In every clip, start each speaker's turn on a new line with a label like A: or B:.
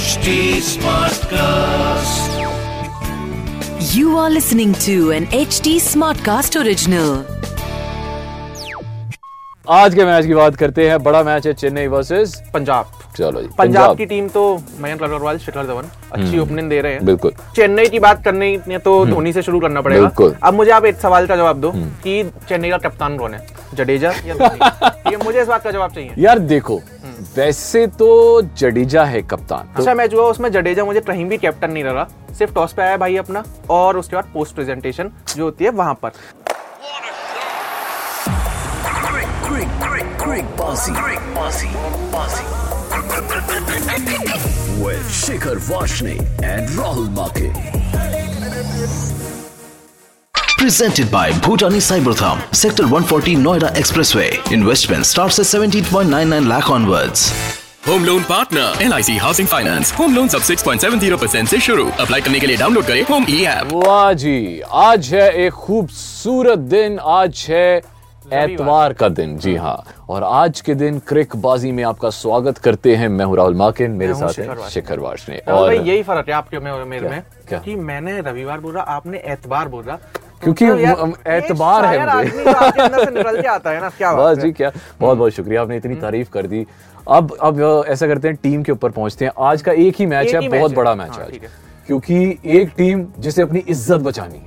A: HD Smartcast.
B: You are listening to an HD Smartcast original.
C: आज के match की बात करते हैं बड़ा मैच है चेन्नई वर्सेस
D: पंजाब
E: चलो जी
D: पंजाब की टीम तो मयंक अग्रवाल शिखर धवन अच्छी ओपनिंग दे रहे हैं
E: हम्म। बिल्कुल हम्म।
D: चेन्नई की बात करनी है तो धोनी से शुरू करना पड़ेगा
E: बिल्कुल। हम्म।
D: अब मुझे आप एक सवाल का जवाब दो कि चेन्नई का कप्तान कौन है जडेजा या धोनी? ये मुझे इस बात का जवाब चाहिए
E: यार देखो वैसे तो जडेजा है कप्तान
D: हम्म। अच्छा मैच हुआ उसमें जडेजा मुझे कहीं भी कैप्टन नहीं लगा सिर्फ टॉस पे आया भाई अपना और उसके बाद पोस्ट प्रेजेंटेशन जो होती है वहां पर तो
F: with Shikhar Vashne and Rahul Make. Presented by Bhutani Cybertham, Sector 140 Noida Expressway. Investment starts at 17.99 lakh onwards.
G: Home loan partner L housing finance home loan सब 6.70 परसेंट ऐसी शुरू अप्लाई करने के लिए डाउनलोड करें E होम ई ऐप
E: तो वाह जी आज है एक खूबसूरत दिन आज है एतवार का दिन जी
D: हम्म।
E: हाँ और आज के दिन क्रिकबाजी में आपका स्वागत करते हैं मैं हूँ राहुल माकिन मेरे
D: मैं हूँ
E: साथ
D: शिखर
E: हैं
D: वाशने।
E: शिखर वाशने
D: राहुल भाई यही फर्क है आपके में और मेरे
E: क्या?
D: में
E: क्या?
D: कि मैंने रविवार बोला आपने एतवार बोला
E: क्योंकि
D: मतलब यार,
E: हम-
D: ये
E: एतबार है
D: शायर
E: मुझे।
D: आदमी तो आपके अंदर से निकल के आता है ना क्या बात
E: बस
D: है?
E: जी क्या बहुत बहुत शुक्रिया आपने
D: हम्म।
E: इतनी तारीफ कर दी अब अब ऐसा करते हैं टीम के ऊपर पहुंचते हैं आज का एक ही मैच
D: एक
E: है
D: ही
E: बहुत
D: मैच
E: बड़ा
D: है।
E: मैच
D: हाँ,
E: है आज
D: ठीक है।
E: क्योंकि एक टीम जिसे अपनी इज्जत बचानी है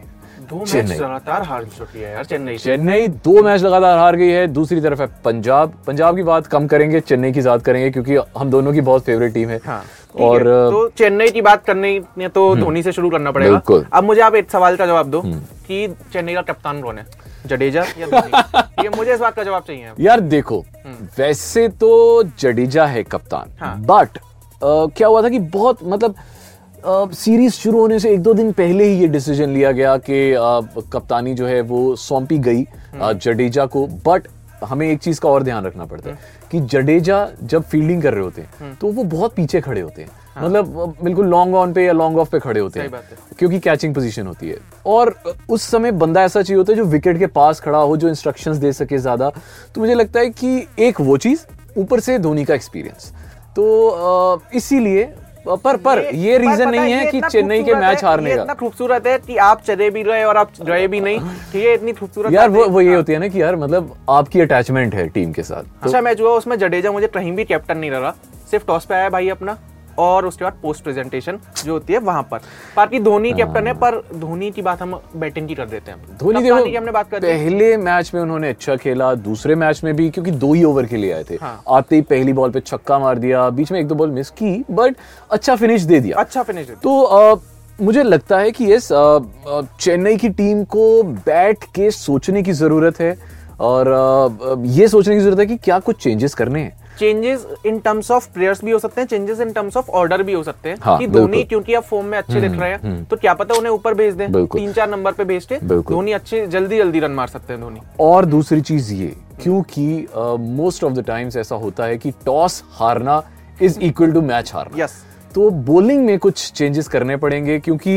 D: दो मैच
E: चेन्नई।
D: लगातार हार चुकी है यार चेन्नई से
E: चेन्नई दो मैच लगातार हार गई है दूसरी तरफ है पंजाब पंजाब की बात कम करेंगे चेन्नई की ज्यादा करेंगे क्योंकि हम दोनों की बहुत फेवरेट टीम है
D: हाँ, ठीक
E: और हम्म।
D: है। तो चेन्नई की बात करनी है तो धोनी से शुरू करना पड़ेगा
E: बिल्कुल। हम्म।
D: अब मुझे आप एक सवाल का जवाब दो कि चेन्नई का कप्तान कौन है जडेजा या धोनी ये मुझे इस बात का जवाब चाहिए
E: यार देखो वैसे तो जडेजा है कप्तान
D: हम्म। हाँ।
E: बट क्या हुआ था कि बहुत मतलब सीरीज शुरू होने से एक दो दिन पहले ही ये डिसीजन लिया गया कि अ, कप्तानी जो है वो सौंपी गई
D: हम्म।
E: अ, जडेजा को बट हमें एक चीज का और ध्यान रखना पड़ता है
D: हम्म।
E: कि जडेजा जब फील्डिंग कर रहे होते हैं तो वो बहुत पीछे खड़े होते हैं मतलब अ, बिल्कुल लॉन्ग ऑन पे या लॉन्ग ऑफ पे खड़े होते
D: हाँ। सही
E: हैं
D: बात है।
E: क्योंकि कैचिंग पोजीशन होती है और उस समय बंदा ऐसा चाहिए होता है जो विकेट के पास खड़ा हो जो इंस्ट्रक्शंस दे सके ज्यादा तो मुझे लगता है कि एक वो चीज ऊपर से धोनी का एक्सपीरियंस तो अ, इसीलिए पर पर ये
D: पर
E: रीजन
D: पता
E: नहीं है
D: ये
E: कि
D: इतना
E: चेन्नई के
D: खूबसूरत
E: मैच
D: है,
E: हारने
D: ये इतना
E: का
D: खूबसूरत है कि आप चले भी गए और आप गए भी नहीं ठीक है इतनी खूबसूरत
E: यार
D: बात
E: वो
D: है। हाँ।
E: वो ये होती है ना कि यार मतलब आपकी अटैचमेंट है टीम के साथ तो
D: अच्छा मैच हुआ उसमें जडेजा मुझे कहीं भी कैप्टन नहीं लगा सिर्फ टॉस पे आया भाई अपना और उसके बाद पोस्ट प्रेजेंटेशन जो होती है वहां पर बाकी
E: हाँ।
D: धोनी कैप्टन है पर धोनी की बात हम बैटिंग की कर देते हैं
E: धोनी
D: कप्तानी की हमने
E: देखो
D: बात कर दी
E: पहले मैच में उन्होंने अच्छा खेला दूसरे मैच में भी क्योंकि दो ही ओवर के लिए आए थे
D: हाँ।
E: आते ही पहली बॉल पे छक्का मार दिया बीच में एक दो बॉल मिस की बट अच्छा फिनिश दे दिया
D: अच्छा फिनिश
E: तो अ, मुझे लगता है कि यस अ, अ, चेन्नई की टीम को बैठ के सोचने की जरूरत है और अ, अ, ये सोचने की जरूरत है कि क्या कुछ चेंजेस करने हैं
D: changes in terms of players भी हो सकते हैं changes in terms of order भी हो सकते हैं
E: हाँ,
D: कि धोनी
E: बिल्कुल। हम्म,
D: क्योंकि अब फॉर्म में अच्छे दिख रहे हैं तो क्या पता उन्हें ऊपर भेज दें
E: बिल्कुल।
D: तीन चार नंबर पे भेज के
E: बिल्कुल।
D: धोनी अच्छे जल्दी जल्दी रन मार सकते हैं धोनी
E: और दूसरी चीज ये क्योंकि मोस्ट ऑफ द टाइम्स ऐसा होता है कि टॉस हारना इज इक्वल टू मैच हारना
D: Yes.
E: तो बॉलिंग में कुछ चेंजेस करने पड़ेंगे क्योंकि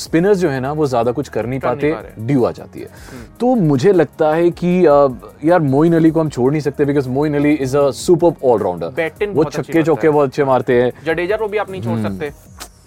E: स्पिनर्स जो है ना वो ज्यादा कुछ कर नहीं
D: कर नहीं
E: पाते
D: पा रहे। हम्म।
E: ड्यू आ जाती है तो मुझे लगता है कि अ, यार मोइन अली को हम छोड़ नहीं सकते because Moin Ali is a super allrounder
D: Batting
E: वो
D: बहुत अच्छी
E: छक्के
D: करता
E: चौके
D: है।
E: बहुत अच्छे मारते हैं
D: जडेजा को भी आप नहीं
E: हम्म।
D: छोड़ सकते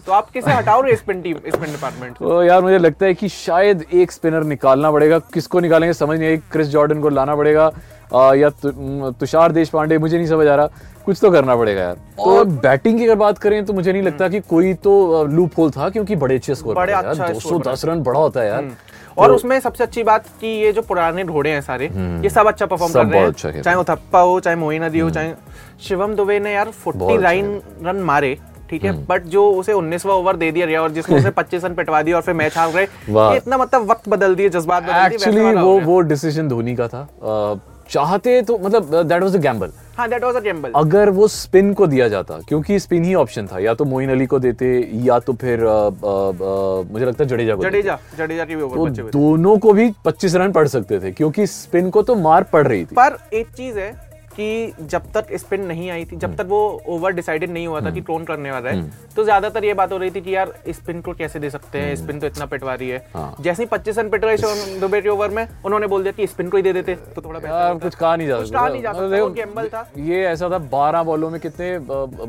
D: तो आप किसे हटाओ रे स्पिन टीम स्पिन डिपार्टमेंट
E: तो यार मुझे लगता है कि शायद एक स्पिनर निकालना पड़ेगा किसको निकालेंगे समझ नहीं आई क्रिस जॉर्डन को लाना पड़ेगा आ, या तु- म, तुषार देश पांडे मुझे नहीं समझ आ रहा कुछ तो करना पड़ेगा यार और बैटिंग की अगर बात करें तो मुझे नहीं लगता कि कोई तो लूप होल था क्योंकि बड़े अच्छे स्कोर
D: हम्म। बड़े
E: यार
D: अच्छा
E: दो
D: स्कोर
E: सौ
D: बना
E: दस रन बड़ा होता है यार
D: हम्म। और
E: तो- हम्म।
D: उसमें सबसे अच्छी बात कि ये जो पुराने घोड़े हैं सारे ये सब अच्छा परफॉर्म
E: सब
D: कर रहे
E: बहुत
D: हैं
E: अच्छा खेल रहे
D: चाहे वो थप्पा हो चाहे मोइन अली हो चाहे शिवम दुबे ने यार फोर्टी
E: बहुत अच्छा हम्म।
D: नाइन रन मारे ठीक है बट जो उसे 19वां ओवर दे दिया गया और जिसको उसे 25 रन पिटवा दिया और फिर मैच हार गए
E: वाह।
D: ये इतना मतलब वक्त बदल दिए जज्बात बदल दिए वैसे
E: एक्चुअली
D: वाला
E: वो
D: हो गया।
E: वो डिसीजन धोनी का था आ, चाहते तो मतलब दैट वाज अ गैम्बल
D: हाँ दैट वाज अ गैम्बल
E: अगर वो स्पिन को दिया जाता क्योंकि स्पिन ही ऑप्शन था या तो मोइन अली को देते या तो फिर अ, अ, अ, मुझे लगता है जडेजा को देते।
D: जडेजा जडेजा के भी ओवर
E: तो
D: बचे हुए थे
E: दोनों को भी 25 रन पड़ सकते थे क्योंकि स्पिन को तो मार पड़ रही थी
D: पर एक चीज है कि जब तक स्पिन नहीं आई थी
E: हम्म।
D: जब तक वो ओवर डिसाइडेड नहीं हुआ था कि कौन करने वाला है तो ज्यादातर ये बात हो रही थी कि यार स्पिन को कैसे दे सकते हैं
E: हम्म।
D: स्पिन तो इतना पिटवा रही
E: हाँ।
D: है जैसे ही पच्चीस रन पिट रहे थे दुबे के ओवर में उन्होंने बोल दिया कि स्पिन को ही दे देते तो थोड़ा बेहतर
E: यार
D: होता।
E: कुछ कहा नहीं जा
D: कुछ कहा नहीं जा
E: सकता मतलब
D: सकता, वो
E: देखो,
D: gamble था।
E: ये ऐसा था बारह बॉलों में कितने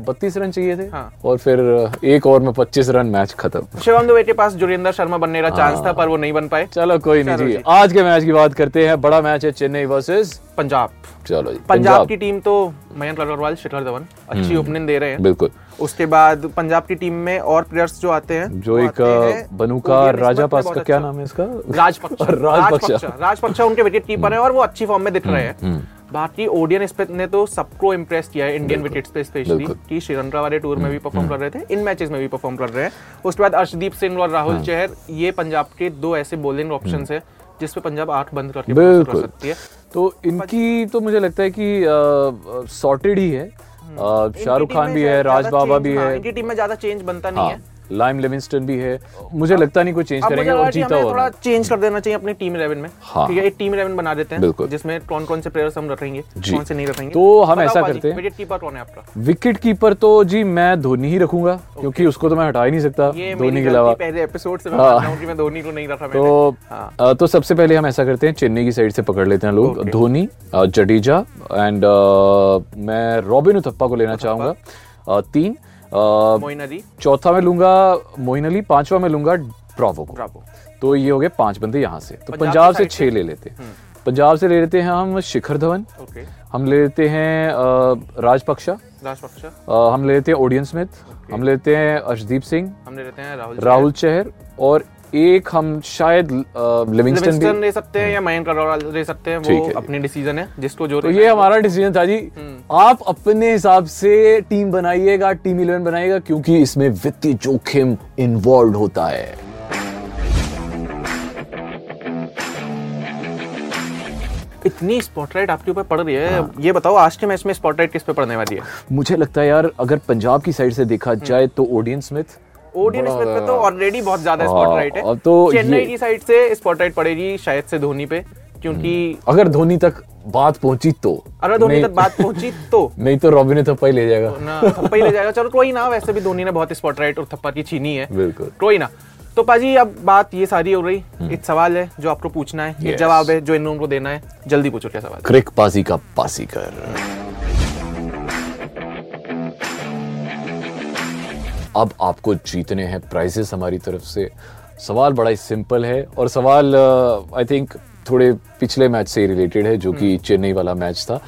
E: बत्तीस रन चाहिए थे
D: हाँ।
E: और फिर अ, एक ओवर में पच्चीस रन मैच खत्म
D: शिवम दुबे के पास जोगिंदर शर्मा बनने का चांस
E: हाँ।
D: था पर वो नहीं बन पाए
E: चलो कोई नहीं
D: चलो
E: जी
D: जी।
E: आज के मैच की बात करते हैं बड़ा मैच है चेन्नई वर्सेस
D: पंजाब
E: चलो जी
D: पंजाब की टीम तो मयंक अग्रवाल शिखर धवन अच्छी ओपनिंग दे रहे हैं
E: हम्म। बिल्कुल
D: उसके बाद पंजाब की टीम में और प्लेयर्स जो आते हैं
E: जो
D: वो
E: एक
D: आते
E: अ,
D: हैं,
E: बनुका
D: ओडिया में
E: राजा
D: इस बार
E: पास
D: बहुत
E: का क्या
D: अच्छा-
E: नाम है इसका
D: राजपक्षा
E: राजपक्षा
D: राजपक्षा उनके विकेट कीपर है और वो अच्छी फॉर्म में दिख रहे
E: हम्म,
D: हैं बाकी ओडियन स्पिन ने तो सबको इम्प्रेस किया है इंडियन विकेट पे स्पेशली
E: बिल्कुल। हम्म,
D: कि श्रीलंका वाले टूर में भी परफॉर्म कर रहे थे इन मैचेस में भी परफॉर्म कर रहे हैं उसके बाद अर्शदीप सिंह और राहुल
E: हाँ।
D: चहर ये पंजाब के दो ऐसे बॉलिंग ऑप्शन है जिसपे पंजाब आठ बंद करके भरोसा कर
E: हम्म। बिल्कुल।
D: सकती है
E: तो इनकी तो मुझे लगता है कि सॉर्टेड ही है अ, शाहरुख
D: हम्म। इनकी
E: खान
D: टीम
E: भी
D: में
E: है
D: ज्यादा
E: राज बाबा
D: change-
E: भी
D: हाँ,
E: है
D: इनकी टीम में ज्यादा चेंज बनता नहीं है
E: हाँ लाइम लिविंगस्टन भी है मुझे लगता नहीं कोई चेंज
D: अब मुझे
E: करेंगे
D: लगा
E: और
D: कि
E: जीता
D: हमें
E: हुआ
D: थोड़ा चेंज कर देना चाहिए अपनी टीम 11 में
E: हाँ।
D: ठीक है एक टीम 11 बना देते हैं
E: बिल्कुल।
D: जिसमें कौन कौन से प्लेयर्स हम रखेंगे
E: जी।
D: कौन से नहीं रखेंगे
E: तो हम ऐसा करते हैं।
D: विकेट कीपर कौन है आपका
E: विकेट कीपर तो जी मैं धोनी ही रखूंगा क्योंकि उसको तो मैं हटा ही नहीं सकता
D: ये
E: धोनी
D: मेरी
E: के
D: गलती
E: अलावा
D: पहले एपिसोड से मैं
E: हाँ।
D: मान रहा हूं कि मैं धोनी को नहीं रखा मैंने
E: तो
D: हाँ।
E: अ, तो सबसे पहले हम ऐसा करते हैं चेन्नई की साइड से पकड़ लेते हैं लोग
D: Okay.
E: धोनी अ, जडेजा एंड अ, मैं रॉबिन उथप्पा को लेना चाहूंगा अ, तीन अ,
D: मोइन अली
E: चौथा मैं लूंगा मोइन अली पांचवा मैं लूंगा ब्रावो को
D: ब्रावो
E: तो ये हो गए पांच बंदे यहाँ से तो
D: पंजाब
E: पंजाब
D: की
E: से
D: side हम्म।
E: छह ले लेते हैं पंजाब से ले लेते हैं हम शिखर धवन
D: ओके
E: हम ले लेते हैं अ, राजपक्षा
D: राजपक्षा
E: अ, हम ले लेते हैं ओडियन स्मिथ हम ले लेते हैं अर्शदीप सिंह
D: हम ले लेते हैं राहुल
E: राहुल चहर और एक हम शायद अ, लिविंगस्टन
D: लिविंगस्टन
E: भी
D: ले सकते हैं या मयंक अग्रवाल ले सकते हैं
E: ठीक
D: वो
E: है जी।
D: अपने डिसीजन है जिसको जो
E: तो
D: रहना
E: ये
D: है।
E: हमारा डिसीजन था जी
D: हम्म।
E: आप अपने हिसाब से टीम बनाइएगा टीम इलेवन बनाइएगा क्योंकि इसमें वित्तीय जोखिम इन्वॉल्व होता है
D: इतनी स्पॉटलाइट आपके ऊपर पड़ रही
E: हाँ।
D: है ये बताओ आज के मैच में स्पॉटलाइट किस पे पड़ने वाली है
E: मुझे लगता है यार अगर पंजाब की साइड से देखा
D: हम्म।
E: जाए तो ओडियन स्मिथ
D: ओडियन
E: बड़ा-
D: स्मिथ पे तो ऑलरेडी बहुत ज्यादा
E: हाँ,
D: स्पॉटलाइट है
E: अब तो ये-
D: चेन्नई की साइड से स्पॉटलाइट पड़ेगी शायद से धोनी पे क्योंकि
E: अगर धोनी तक बात पहुंची तो
D: अगर धोनी
E: हम्म। नहीं-
D: तक बात पहुंची तो
E: नहीं तो रॉबिन ने थप्पा ही ले जाएगा
D: ना थप्पा ही ले जाएगा चलो कोई ना वैसे भी धोनी ने बहुत स्पॉटलाइट और थप्पा की छीनी है
E: बिल्कुल। हम्म।
D: कोई ना तो पाजी अब बात ये सारी हो रही एक सवाल है जो आपको पूछना है एक
E: Yes.
D: जवाब है जो इन लोगों को देना है जल्दी पूछो क्या सवाल है?
E: क्रिक पासी का पासी कर अब आपको जीतने हैं प्राइजेस हमारी तरफ से सवाल बड़ा ही सिंपल है और सवाल आई थिंक थोड़े पिछले मैच से रिलेटेड है जो कि
D: हम्म।
E: चेन्नई वाला मैच था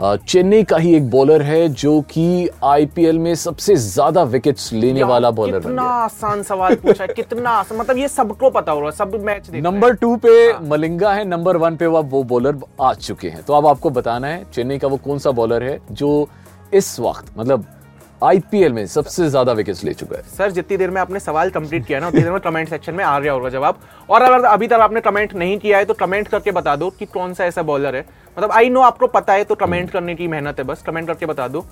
E: अ, चेन्नई का ही एक बॉलर है जो कि आईपीएल में सबसे ज्यादा विकेट्स लेने
D: यार,
E: वाला बॉलर बन
D: कितना
E: गया
D: आसान सवाल पूछा है कितना आसान मतलब ये सबको पता होगा सब मैच देख
E: नंबर टू पे मलिंगा है नंबर वन पे वो वो बॉलर आ चुके हैं तो अब आपको बताना है चेन्नई का वो कौन सा बॉलर है जो इस वक्त मतलब आईपीएल में सबसे ज्यादा विकेट्स ले चुका है
D: सर जितनी देर में आपने सवाल कंप्लीट किया ना उतनी देर में कमेंट सेक्शन में आ गया होगा जवाब और अगर अभी तक आपने कमेंट नहीं किया है तो कमेंट करके बता दो कि कौन सा ऐसा बॉलर है मतलब आई नो आपको पता है तो कमेंट करने की मेहनत है बस कमेंट करके बता दो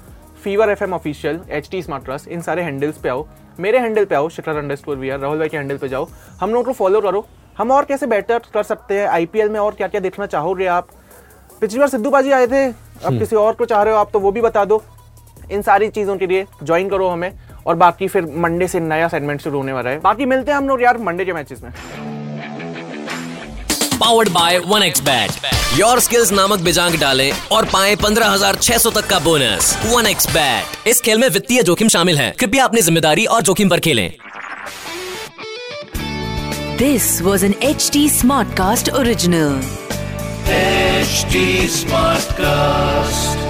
D: fever F M official H T smart इन सारे हैंडल्स पे आओ मेरे हैंडल पे आओ Shikhar underscore V Rahul भाई के हैंडल पे जाओ हम लोगों को फॉलो करो हम और कैसे बेटर कर सकते हैं आईपीएल में और क्या क्या देखना चाहोगे आप पिछली बार सिद्धू बाजी आए थे अब किसी और को चाह रहे हो आप तो वो भी बता दो इन सारी चीजों के लिए ज्वाइन करो हमें और बाकी फिर मंडे से नया सेगमेंट शुरू होने वाला है बाकी मिलते हैं हम लोग यार मंडे के मैचेस में
H: powered by one X bet your skills नामक बेजांग डालें और पाएं 15,600 तक का बोनस वन एक्स बैट इस खेल में वित्तीय जोखिम शामिल है कृपया अपनी जिम्मेदारी और जोखिम पर खेलें
B: This was an HT Smartcast original.
A: HD Smartcast.